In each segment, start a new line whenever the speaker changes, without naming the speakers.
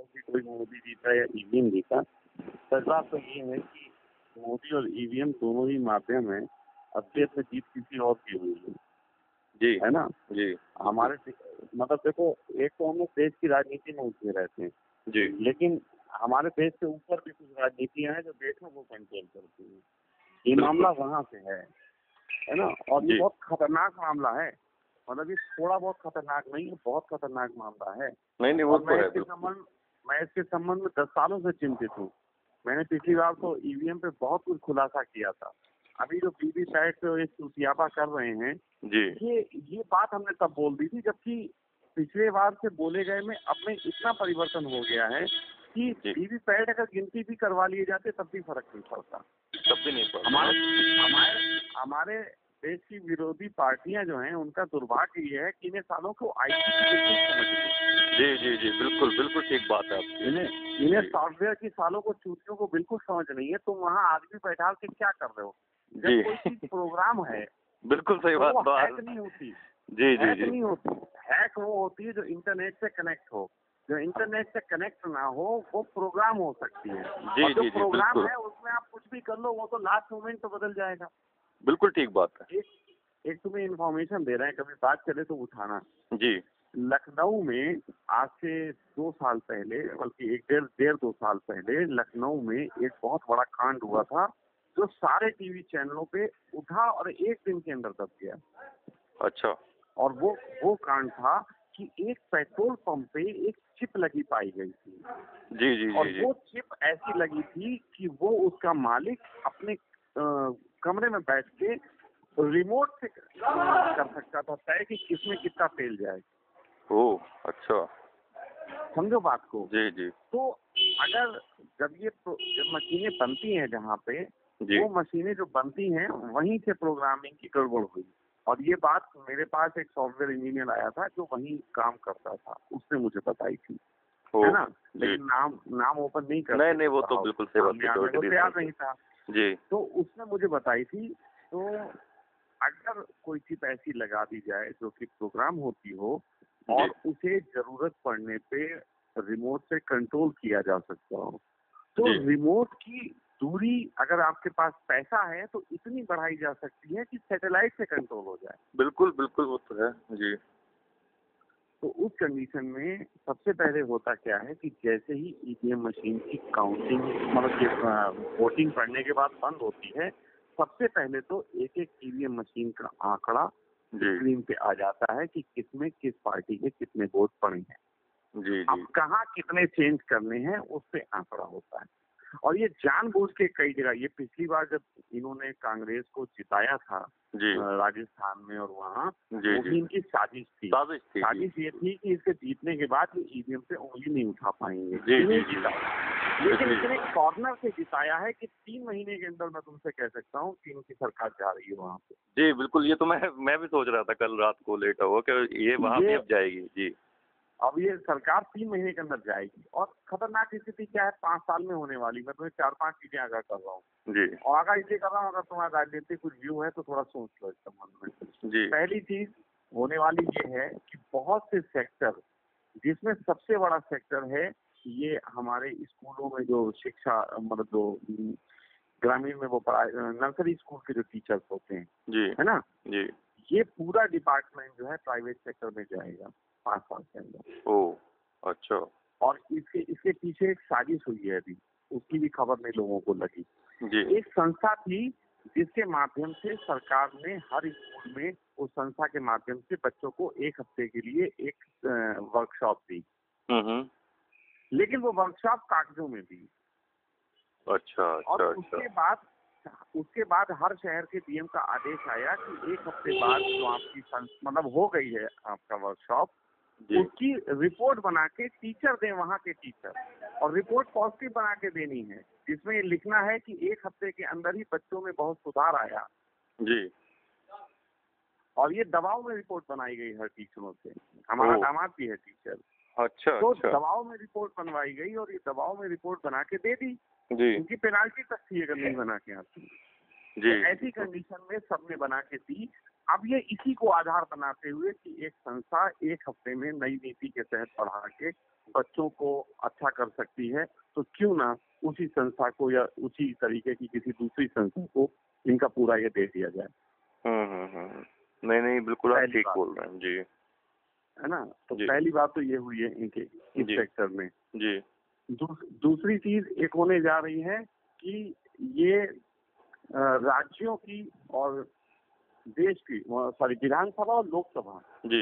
कोई मोदी जीता या E ईवीएम जीता फैसला तो ये है कि मोदी और ईवीएम दोनों ही माध्यम है अपनी अपनी जीत किसी और की हुई है
जी
है ना
जी
हमारे दे- मतलब देखो एक तो हम लोग देश की राजनीति में उठे रहते हैं
जी
लेकिन हमारे देश से ऊपर भी कुछ राजनीतियां हैं जो देशों को कंट्रोल करती हैं ये
बिल्कुल।
मामला वहां से है है ना और ये
जी।
बहुत खतरनाक मामला है मतलब ये थोड़ा बहुत खतरनाक नहीं है बहुत खतरनाक मामला है
नहीं नहीं वो
और
तो
मैं
है
इसके संबंध मैं इसके संबंध में दस सालों से चिंतित हूँ मैंने पिछली बार तो ईवीएम पे बहुत कुछ खुलासा किया था अभी जो बीबी पैट पे एक चुतियापा कर रहे हैं
बिल्कुल। जी
ये ये बात हमने तब बोल दी थी जबकि पिछले बार से बोले गए में अब में इतना परिवर्तन हो गया है कि
जी।
बीबी पैट अगर गिनती भी करवा लिए जाते तब भी फर्क नहीं पड़ता
तब भी नहीं पढ़ा
हमारे हमारे हमारे देश की विरोधी पार्टियां जो हैं उनका दुर्भाग्य ये है कि इन्हें सालों को आईटी समझ
जी जी जी बिल्कुल बिल्कुल ठीक बात है आपकी
इन्हें इन्हें
जी।
सॉफ्टवेयर की सालों को चूतियों को बिल्कुल समझ नहीं है तुम वहाँ आदमी बैठा के क्या कर रहे हो
जी।
जब कोई चीज प्रोग्राम है
बिल्कुल सही
तो
बात
वो
बात
hack नहीं होती
जी जी
हैक
जी
नहीं होती हैक वो होती है जो इंटरनेट से कनेक्ट हो जो इंटरनेट से कनेक्ट ना हो वो प्रोग्राम हो सकती है
जी,
और जो
जी, जी,
प्रोग्राम
बिल्कुल।
है उसमें आप कुछ भी कर लो वो तो लास्ट मोमेंट तो बदल जाएगा
बिल्कुल ठीक बात
एक एक तुम्हें इन्फॉर्मेशन दे रहे हैं कभी बात चले तो उठाना
है जी
लखनऊ में आज से दो साल पहले बल्कि एक डेढ़ डेढ़ दो साल पहले लखनऊ में एक बहुत बड़ा कांड हुआ था जो सारे टीवी चैनलों पे उठा और एक दिन के अंदर दब गया
अच्छा
और वो वो कांड था कि एक पेट्रोल पंप पे एक चिप लगी पाई गई थी
जी जी
और
जी जी
वो चिप ऐसी लगी थी कि वो उसका मालिक अपने अ, कमरे में बैठ के रिमोट से कर सकता था तय कि किसमें कितना तेल जाए
ओ अच्छा
समझो बात को
जी जी
तो अगर जब ये प्रो- जब मशीनें बनती हैं जहाँ पे
जी
वो मशीनें जो बनती हैं वहीं से प्रोग्रामिंग की गड़बड़ हुई और ये बात मेरे पास एक सॉफ्टवेयर इंजीनियर आया था जो वहीं काम करता था उसने मुझे बताई थी
ओ
है ना
जी।
लेकिन नाम नाम ओपन नहीं कर
नहीं नहीं वो तो बिल्कुल सही बात
बिल्कुल तैयार
सिक्योरिटी
नहीं था
जी
तो उसने मुझे बताई थी तो अगर कोई चिप ऐसी लगा दी जाए जो कि प्रोग्राम होती हो और उसे जरूरत पड़ने पे रिमोट से कंट्रोल किया जा सकता हो तो
जी।
रिमोट की दूरी अगर आपके पास पैसा है तो इतनी बढ़ाई जा सकती है कि सैटेलाइट से कंट्रोल हो जाए
बिल्कुल बिल्कुल वो तो है जी
तो उस कंडीशन में सबसे पहले होता क्या है कि जैसे ही E ईवीएम मशीन की काउंटिंग मतलब ये अ, वोटिंग पड़ने के बाद बंद होती है सबसे पहले तो एक एक ईवीएम मशीन का आंकड़ा
जी
स्क्रीन पे आ जाता है कि किसमें किस पार्टी के कितने वोट पड़े हैं
जी जी
अब कहाँ कितने चेंज करने हैं उस पे आंकड़ा होता है और ये जानबूझ के कई जगह ये पिछली बार जब इन्होंने कांग्रेस को जिताया था
जी
अ, राजस्थान में और वहाँ
जी
वो भी
जी
इनकी साजिश थी
साजिश थी जी
साजिश ये थी कि इसके जीतने के बाद ये ईवीएम से उंगली नहीं उठा पाएंगे
जी,
इन्हें
जी, जी।
जीता। लेकिन
जी।
इतने कॉर्नर से जिताया है कि तीन महीने के अंदर मैं तुमसे कह सकता हूँ कि इनकी सरकार जा रही है वहाँ पे
जी बिल्कुल ये तो मैं मैं भी सोच रहा था कल रात को लेटा हुआ कि ये वहाँ
ये-
भी अब जाएगी जी
अब ये सरकार तीन महीने के अंदर जाएगी और खतरनाक स्थिति क्या है पाँच साल में होने वाली मैं तुम्हें चार पांच चीजें आगाह कर रहा हूँ
जी
और आगाह इसलिए कर रहा हूँ अगर तुम्हारा राजनीतिक कुछ व्यू है तो थोड़ा सोच लो इस संबंध में
जी
पहली चीज होने वाली ये है कि बहुत से सेक्टर जिसमें सबसे बड़ा सेक्टर है ये हमारे स्कूलों में जो शिक्षा मतलब जो हम्म, ग्रामीण में वो पढ़ाई नर्सरी स्कूल के जो टीचर्स होते हैं
जी
है ना
जी
ये पूरा डिपार्टमेंट जो है प्राइवेट सेक्टर में जाएगा पाँच साल के अंदर
ओ अच्छा
और इसके इसके पीछे एक साजिश हुई है अभी उसकी भी खबर नहीं लोगों को लगी
जी
एक संस्था थी जिसके माध्यम से सरकार ने हर स्कूल में उस संस्था के माध्यम से बच्चों को एक हफ्ते के लिए एक वर्कशॉप दी
हम्म हम्म
लेकिन वो वर्कशॉप कागजों में दी
अच्छा
और
अच्छा
उसके
अच्छा
बाद उसके बाद हर शहर के डीएम का आदेश आया कि एक हफ्ते बाद जो आपकी संस- मतलब हो गई है आपका वर्कशॉप
जी
उसकी रिपोर्ट बना के टीचर दें वहाँ के टीचर और रिपोर्ट पॉजिटिव बना के देनी है जिसमें ये लिखना है कि एक हफ्ते के अंदर ही बच्चों में बहुत सुधार आया
जी
और ये दबाव में रिपोर्ट बनाई गई हर टीचरों से हमारा
ओ।
दामाद भी है टीचर
अच्छा
तो
अच्छा
दबाव में रिपोर्ट बनवाई गई और ये दबाव में रिपोर्ट बना के दे दी
जी
उनकी पेनाल्टी तक थी अगर नहीं बना के आती
जी
तो ऐसी कंडीशन में सबने बना के दी अब ये इसी को आधार बनाते हुए कि एक संस्था एक हफ्ते में नई नीति के तहत पढ़ा के बच्चों को अच्छा कर सकती है तो क्यों ना उसी संस्था को या उसी तरीके की किसी दूसरी संस्था को इनका पूरा ये दे दिया जाए
हम्म हम्म हम्म। नहीं नहीं बिल्कुल आप
पहली
ठीक
बात।
बोल रहे हैं जी
है ना तो
जी।
पहली बात तो ये हुई है इनके इस
जी।
सेक्टर में
जी
दूस, दूसरी चीज एक होने जा रही है कि ये अ, राज्यों की और देश की सॉरी विधानसभा और लोकसभा
जी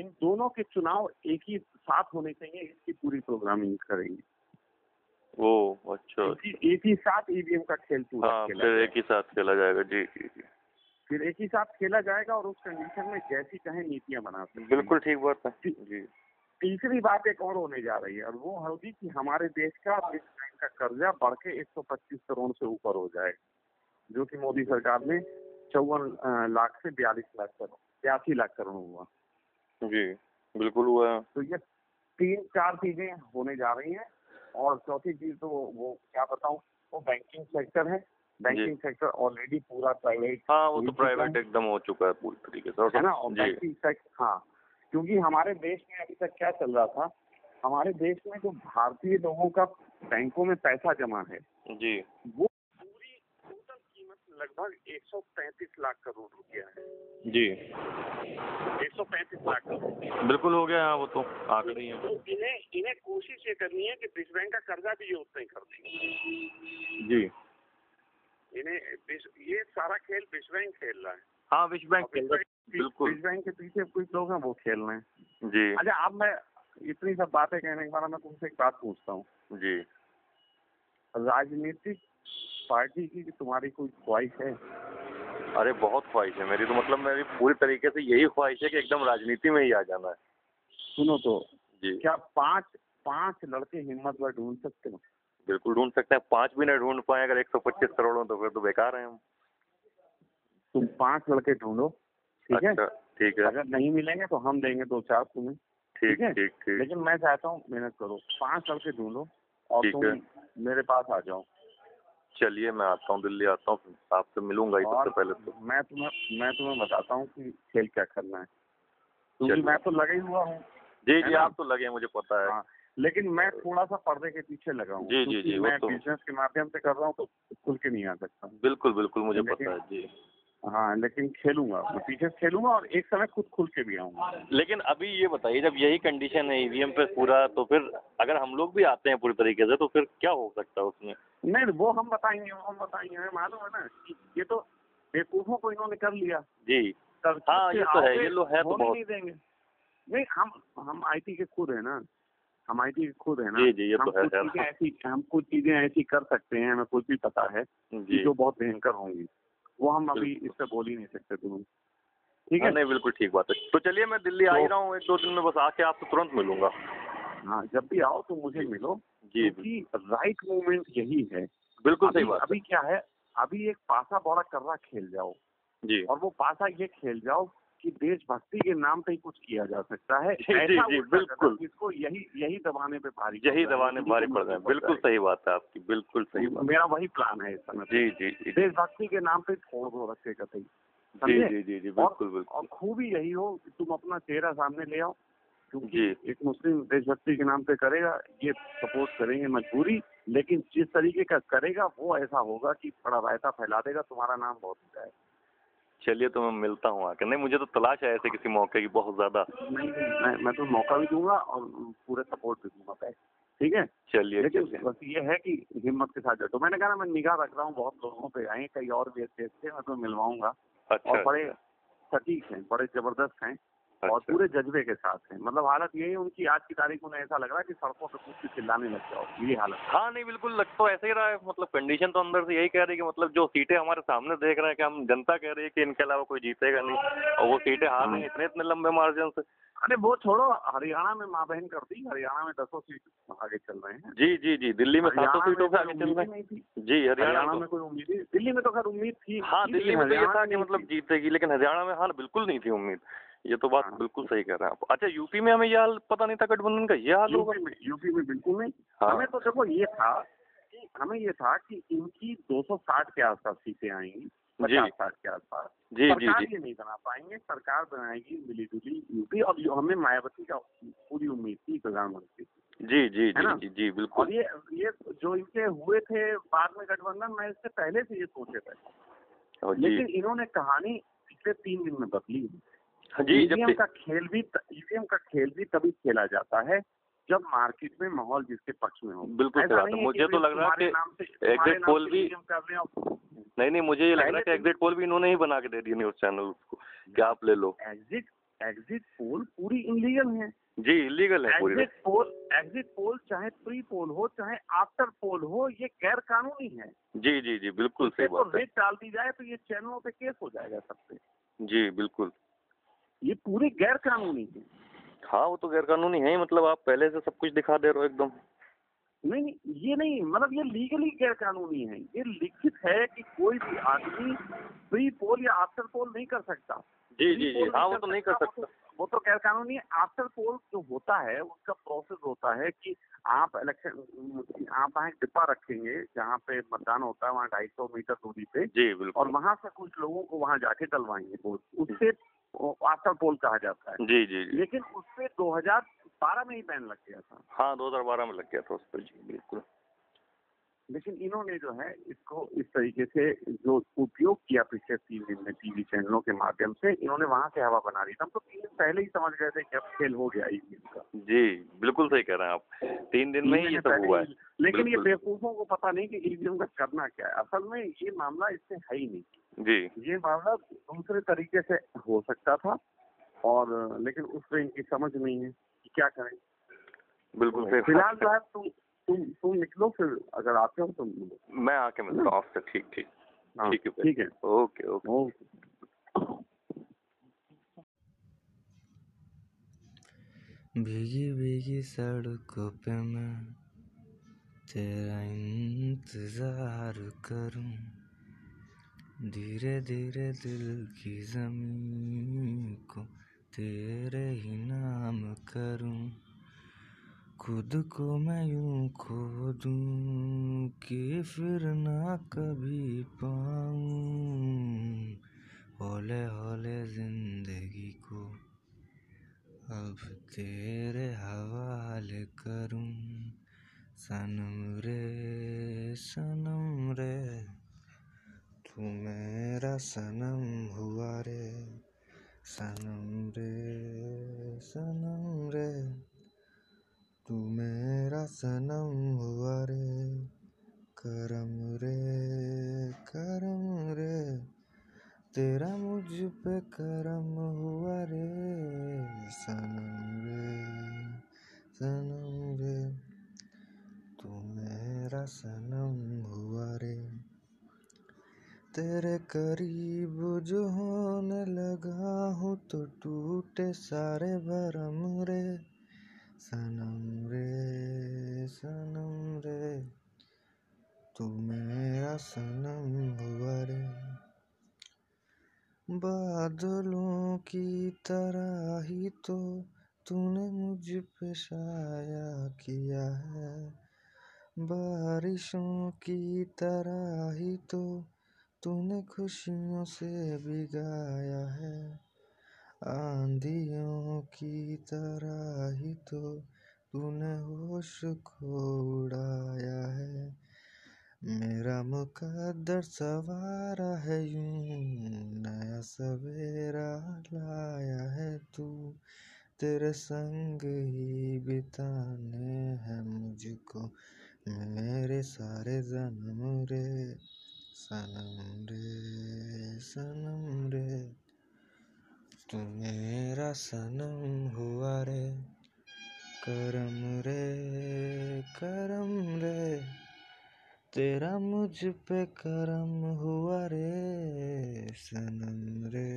इन दोनों के चुनाव एक ही साथ होने चाहिए इसकी पूरी प्रोग्रामिंग करेंगे
ओ अच्छा
क्योंकि एक ही साथ ईवीएम का खेल पूरा
हाँ
खेला
फिर
जाएगा।
एक ही साथ खेला जाएगा जी जी जी
फिर एक ही साथ खेला जाएगा और उस कंडीशन में जैसी चाहे नीतियां बना सकते हैं।
बिल्कुल ठीक बात है
जी।
जी
तीसरी बात एक और होने जा रही है और वो होगी कि हमारे देश का और इस बैंक का कर्जा बढ़ के 125 करोड़ से ऊपर हो जाएगा जो कि मोदी सरकार ने चौवन लाख से बयालीस लाख करोड़ बयासी लाख करोड़ हुआ
जी बिल्कुल हुआ है।
तो ये तीन चार चीजें होने जा रही हैं और चौथी चीज तो वो वो क्या बताऊं वो बैंकिंग सेक्टर है बैंकिंग सेक्टर ऑलरेडी पूरा प्राइवेट
हाँ वो
हो
तो
चुका है।
प्राइवेट एकदम हो चुका है पूरी तरीके से और
है
सब-
ना और
जी
बैंकिंग सेक्टर हाँ क्योंकि हमारे देश में अभी तक क्या चल रहा था हमारे देश में जो भारतीय लोगों का बैंकों में पैसा जमा है
जी
वो पूरी टोटल कीमत लगभग 135 लाख करोड़ रुपया है
जी
135 लाख करोड़
बिल्कुल हो गया हाँ वो तो आंकड़े ही हैं
तो इन्हें इन्हें कोशिश ये करनी है कि ब्रिज बैंक का कर्जा भी ये उतना ही कर देंगे
जी
इन्हें विश्व- ये सारा खेल विश्व बैंक खेल रहा है
हाँ विश्व बैंक
और विश्व बैंक-
बिल्कुल
विश्व बैंक के पीछे कुछ लोग हैं वो खेल रहे हैं
जी
अच्छा अब मैं इतनी सब बातें कहने के बाद मैं तुमसे एक बात पूछता हूँ
जी
राजनीतिक पार्टी की तुम्हारी कोई ख्वाहिश है
अरे बहुत ख्वाहिश है मेरी तो मतलब मेरी पूरी तरीके से यही ख्वाहिश है कि एकदम राजनीति में ही आ जाना है
सुनो तो
जी
क्या पांच पांच लड़के हिम्मत पर ढूंढ सकते हो
बिल्कुल ढूंढ सकते हैं पाँच भी ना ढूंढ पाए अगर एक सौ पच्चीस करोड़ हो तो फिर तो बेकार है हम
तुम पांच लड़के ढूंढो ठीक है
अच्छा ठीक है
अगर नहीं मिलेंगे तो हम देंगे दो चार तुम्हें
ठीक
ठीक है?
ठीक ठीक
लेकिन मैं चाहता हूँ मेहनत करो पांच लड़के ढूंढो और
ठीक
तुम मेरे पास आ जाओ
चलिए मैं आता हूँ दिल्ली आता हूँ फिर आपसे मिलूंगा ही सबसे
और
पहले तो
मैं तुम्हें मैं तुम्हें बताता हूँ कि खेल क्या करना है क्योंकि
चलिए।
मैं तो लगा ही हुआ हूँ
जी
है
जी
ना?
आप तो लगे हैं, मुझे पता है
हाँ, लेकिन मैं थोड़ा सा पर्दे के पीछे लगा हूँ
जी, जी,
क्योंकि
जी, वो
मैं
तो-
बिजनेस के माध्यम से कर रहा हूँ तो खुल के नहीं आ सकता
बिल्कुल बिल्कुल मुझे
लेकिन-
पता है जी
हाँ लेकिन खेलूंगा मैं पीछे से खेलूंगा और एक समय खुद खुल के भी आऊंगा
लेकिन अभी ये बताइए जब यही कंडीशन है ईवीएम पे पूरा तो फिर अगर हम लोग भी आते हैं पूरी तरीके से तो फिर क्या हो सकता है उसमें
नहीं वो हम बताएंगे वो हम बताएंगे हमें मालूम है ना कि ये तो बेवकूफों को इन्होंने कर लिया
जी
तरकीब
हाँ,
से
ये तो है,
आओगे,
ये लोग है तो
होने
बहुत।
नहीं देंगे नहीं हम हम आईटी के खुद है ना हम आईटी के खुद है ना
जी जी ये
हम
तो है
कुछ
खैर
चीजें ऐसी हम कुछ चीजें ऐसी कर सकते हैं हमें कुछ भी पता है
जी
कि जो बहुत भयंकर होंगी वो हम अभी इस पे बोल ही नहीं सकते तुम्हें ठीक
हाँ,
है
नहीं बिल्कुल ठीक बात है तो चलिए मैं दिल्ली आ ही
तो-
रहा हूँ एक दो दिन में बस आके आपसे तुरंत मिलूंगा
हाँ जब भी आओ तो मुझे मिलो
जी
क्योंकि राइट मूवमेंट यही है
बिल्कुल सही
तो अभी,
बात है
अभी क्या है अभी एक पासा बड़ा कर्रा खेल जाओ
जी
और वो पासा ये खेल जाओ कि देशभक्ति के नाम पे ही कुछ किया जा सकता है
जी, जी, जी,
उल्टा करना
बिल्कुल।
जिसको यही यही दबाने पे भारी पड़
यही
जाए,
दबाने
किसी को
भारी पड़ रहे हैं
मुश्किल
बिल्कुल
जाए।
सही बात है आपकी बिल्कुल सही बात
मेरा वही प्लान है इस समय
जी जी जी जी
देशभक्ति के नाम पे छोड़ दो रखे कतई
जी
समझे?
जी जी जी,
और-
बिल्कुल बिल्कुल
और खूबी यही हो कि तुम अपना चेहरा सामने ले आओ क्योंकि
जी
एक मुस्लिम देशभक्ति के नाम पे करेगा ये सपोर्ट करेंगे मजबूरी लेकिन जिस तरीके का करेगा वो ऐसा होगा कि बड़ा रायता फैला देगा तुम्हारा नाम बहुत ऊंचा है
चलिए तो मैं मिलता हूँ आके नहीं मुझे तो तलाश है ऐसे किसी मौके की बहुत ज्यादा
नहीं मैं, मैं तो मौका भी दूंगा और पूरा सपोर्ट भी दूंगा पैसे ठीक है
चलिए
लेकिन
चलिए
बस ये है कि हिम्मत के साथ जाओ तो मैंने कहा ना मैं निगाह रख रहा हूँ बहुत लोगों पे आए कई और भी अच्छे अच्छे मैं तो मिलवाऊंगा
अच्छा
और बड़े सटीक हैं बड़े जबरदस्त हैं और
अच्छा
पूरे जज्बे के साथ हैं मतलब हालत यही है उनकी आज की तारीख में उन्हें ऐसा लग रहा है कि सड़कों पे कुछ चिल्लाने लग जाओ ये हालत है।
हाँ नहीं बिल्कुल लग तो ऐसे ही रहा है मतलब कंडीशन तो अंदर से यही कह रही है कि मतलब जो सीटें हमारे सामने देख रहे हैं कि हम जनता कह रही है कि इनके अलावा कोई जीतेगा नहीं और वो सीटें हार
हम्म।
रही हैं इतने इतने लंबे मार्जिन से
अरे वो छोड़ो हरियाणा में माँ बहन कर दी हरियाणा में दसों सीट आगे चल रहे हैं
जी जी जी दिल्ली में सातों
हरियाणा
सीटों
में कोई
से आगे चल
उम्मीद
रहे
ही नहीं थी
हैं जी हरियाणा
हरियाणा
तो
में कोई उम्मीद ही दिल्ली में तो खैर उम्मीद थी
हाँ
थी,
दिल्ली
लेकिन
में तो ये
हरियाणा
था
में
कि
नहीं
मतलब
थी।
जीतेगी लेकिन हरियाणा में हाँ बिल्कुल नहीं थी उम्मीद ये तो बात
हाँ।
बिल्कुल सही कह रहे हैं आप अच्छा यूपी में हमें यह हाल पता नहीं था गठबंधन का यह हाल होगा
यूपी में यूपी में बिल्कुल नहीं
हाँ।
हमें तो देखो ये था कि हमें ये था कि इनकी 260 के आसपास सीटें आएंगी पचास साठ के आसपास
जी जी
सरकार
जी
ये नहीं बना पाएंगे सरकार बनाएगी मिली जुली यूपी और यो- हमें मायावती का पूरी उम्मीद थी प्रधानमंत्री की
जी जी
है ना?
जी जी जी
और
बिल्कुल
ये ये जो इनके हुए थे बाद में गठबंधन मैं इससे पहले से ये सोचे थे
और जी
लेकिन इन्होंने कहानी पिछले तीन दिन में बदली है
हाँ, जी जब
ईवीएम
से-
का खेल भी ईवीएम का खेल भी तभी खेला जाता है जब मार्केट में माहौल जिसके पक्ष में हो
बिल्कुल
ऐसा
सही बात है।
नहीं है कि
मुझे तो
भाई
लग रहा है
तुम्हारे
कि
नाम से-
exit
तुम्हारे नाम
poll
से
भी-
EVM कर रहे हो
नहीं नहीं मुझे ये लग रहा है कि
पहले तो-
एग्जिट पोल भी इन्होंने ही बना के दे दी न्यूज चैनल को कि आप ले लो
एग्जिट एग्जिट पोल पूरी इलीगल है
जी इलीगल है पूरी
एग्जिट पोल एग्जिट पोल चाहे प्री पोल हो चाहे आफ्टर पोल हो ये गैर कानूनी है
जी जी जी बिल्कुल
इससे
सही
तो
बात है
रेट डाल दी जाए तो ये चैनलों पे केस हो जाएगा सबसे
जी बिल्कुल
ये पूरी गैर कानूनी है
हाँ वो तो गैरकानूनी है ही मतलब आप पहले से सब कुछ दिखा दे रहे हो एकदम
नहीं नहीं ये नहीं मतलब ये लीगली गैर कानूनी है ये लिखित है कि कोई भी आदमी प्री पोल या आफ्टर पोल नहीं कर सकता
जी
Pre
जी जी
poll
हाँ
नहीं
वो तो नहीं कर
वो
सकता
तो- वो तो गैर कानूनी है आफ्टर पोल जो होता है उसका प्रोसेस होता है कि आप इलेक्शन आप वहाँ एक डिब्बा रखेंगे जहाँ पे मतदान होता है वहाँ ढाई सौ मीटर दूरी पे
जी
और
बिल्कुल
वहाँ से कुछ लोगों को वहाँ जाके डलवाएंगे वोट उससे आफ्टर पोल कहा जाता है
जी हम्म। जी जी
लेकिन उससे 2012 में ही बैन लग गया था
हाँ दो हजार बारह में लग गया था उस पर जी बिल्कुल
लेकिन इन्होंने जो है इसको इस तरीके से जो उपयोग किया पिछले तीन दिन में टीवी चैनलों के माध्यम से इन्होंने वहां से हवा बना दी हम तो तीन दिन पहले ही समझ गए थे कि अब खेल हो गया ईवीएम का
जी बिल्कुल सही कह रहे हैं आप तीन दिन में ही ये सब हुआ है
लेकिन ये
बिल्कुल।
बेवकूफों को पता नहीं कि ईवीएम का करना क्या है असल में ये मामला इससे है ही नहीं
जी
ये मामला दूसरे तरीके से हो सकता था और लेकिन उसमें इनकी समझ नहीं है कि क्या करें
बिल्कुल सही बात
फिलहाल जो है तुम तुम तुम निकलो फिर अगर आते हो तो हम्म। मिलो।
है। मैं आके मिलता हूँ आपसे ठीक ठीक
हाँ,
ठीक है भाई।
ठीक है
ओके ओके
ओके
भीगी भीगी सड़कों पे मैं तेरा इंतजार करूं धीरे धीरे दिल की जमीन को तेरे ही नाम करूं खुद को मैं यूं खो दूं कि फिर ना कभी पाऊं होले होले जिंदगी को अब तेरे हवाले करूं सनम रे सनम रे तू मेरा सनम हुआ रे सनम रे सनम रे तू मेरा सनम हुआ रे करम रे करम रे तेरा मुझ पे करम हुआ रे सनम रे सनम रे तू मेरा सनम हुआ रे तेरे करीब जो होने लगा हूँ तो टूटे सारे भरम रे सनम रे सनम रे तू मेरा सनम हुआ रे बादलों की तरह ही तो तूने मुझ पे साया किया है बारिशों की तरह ही तो तूने खुशियों से भिगाया है आंधियों की तरह ही तो तूने होश खो उड़ाया है मेरा मुकद्दर सवारा है यूं नया सवेरा लाया है तू तेरे संग ही बिताने हैं मुझको मेरे सारे जन्म रे सनम रे सनम रे तू मेरा सनम हुआ रे करम रे करम रे तेरा मुझ पे करम हुआ रे सनम रे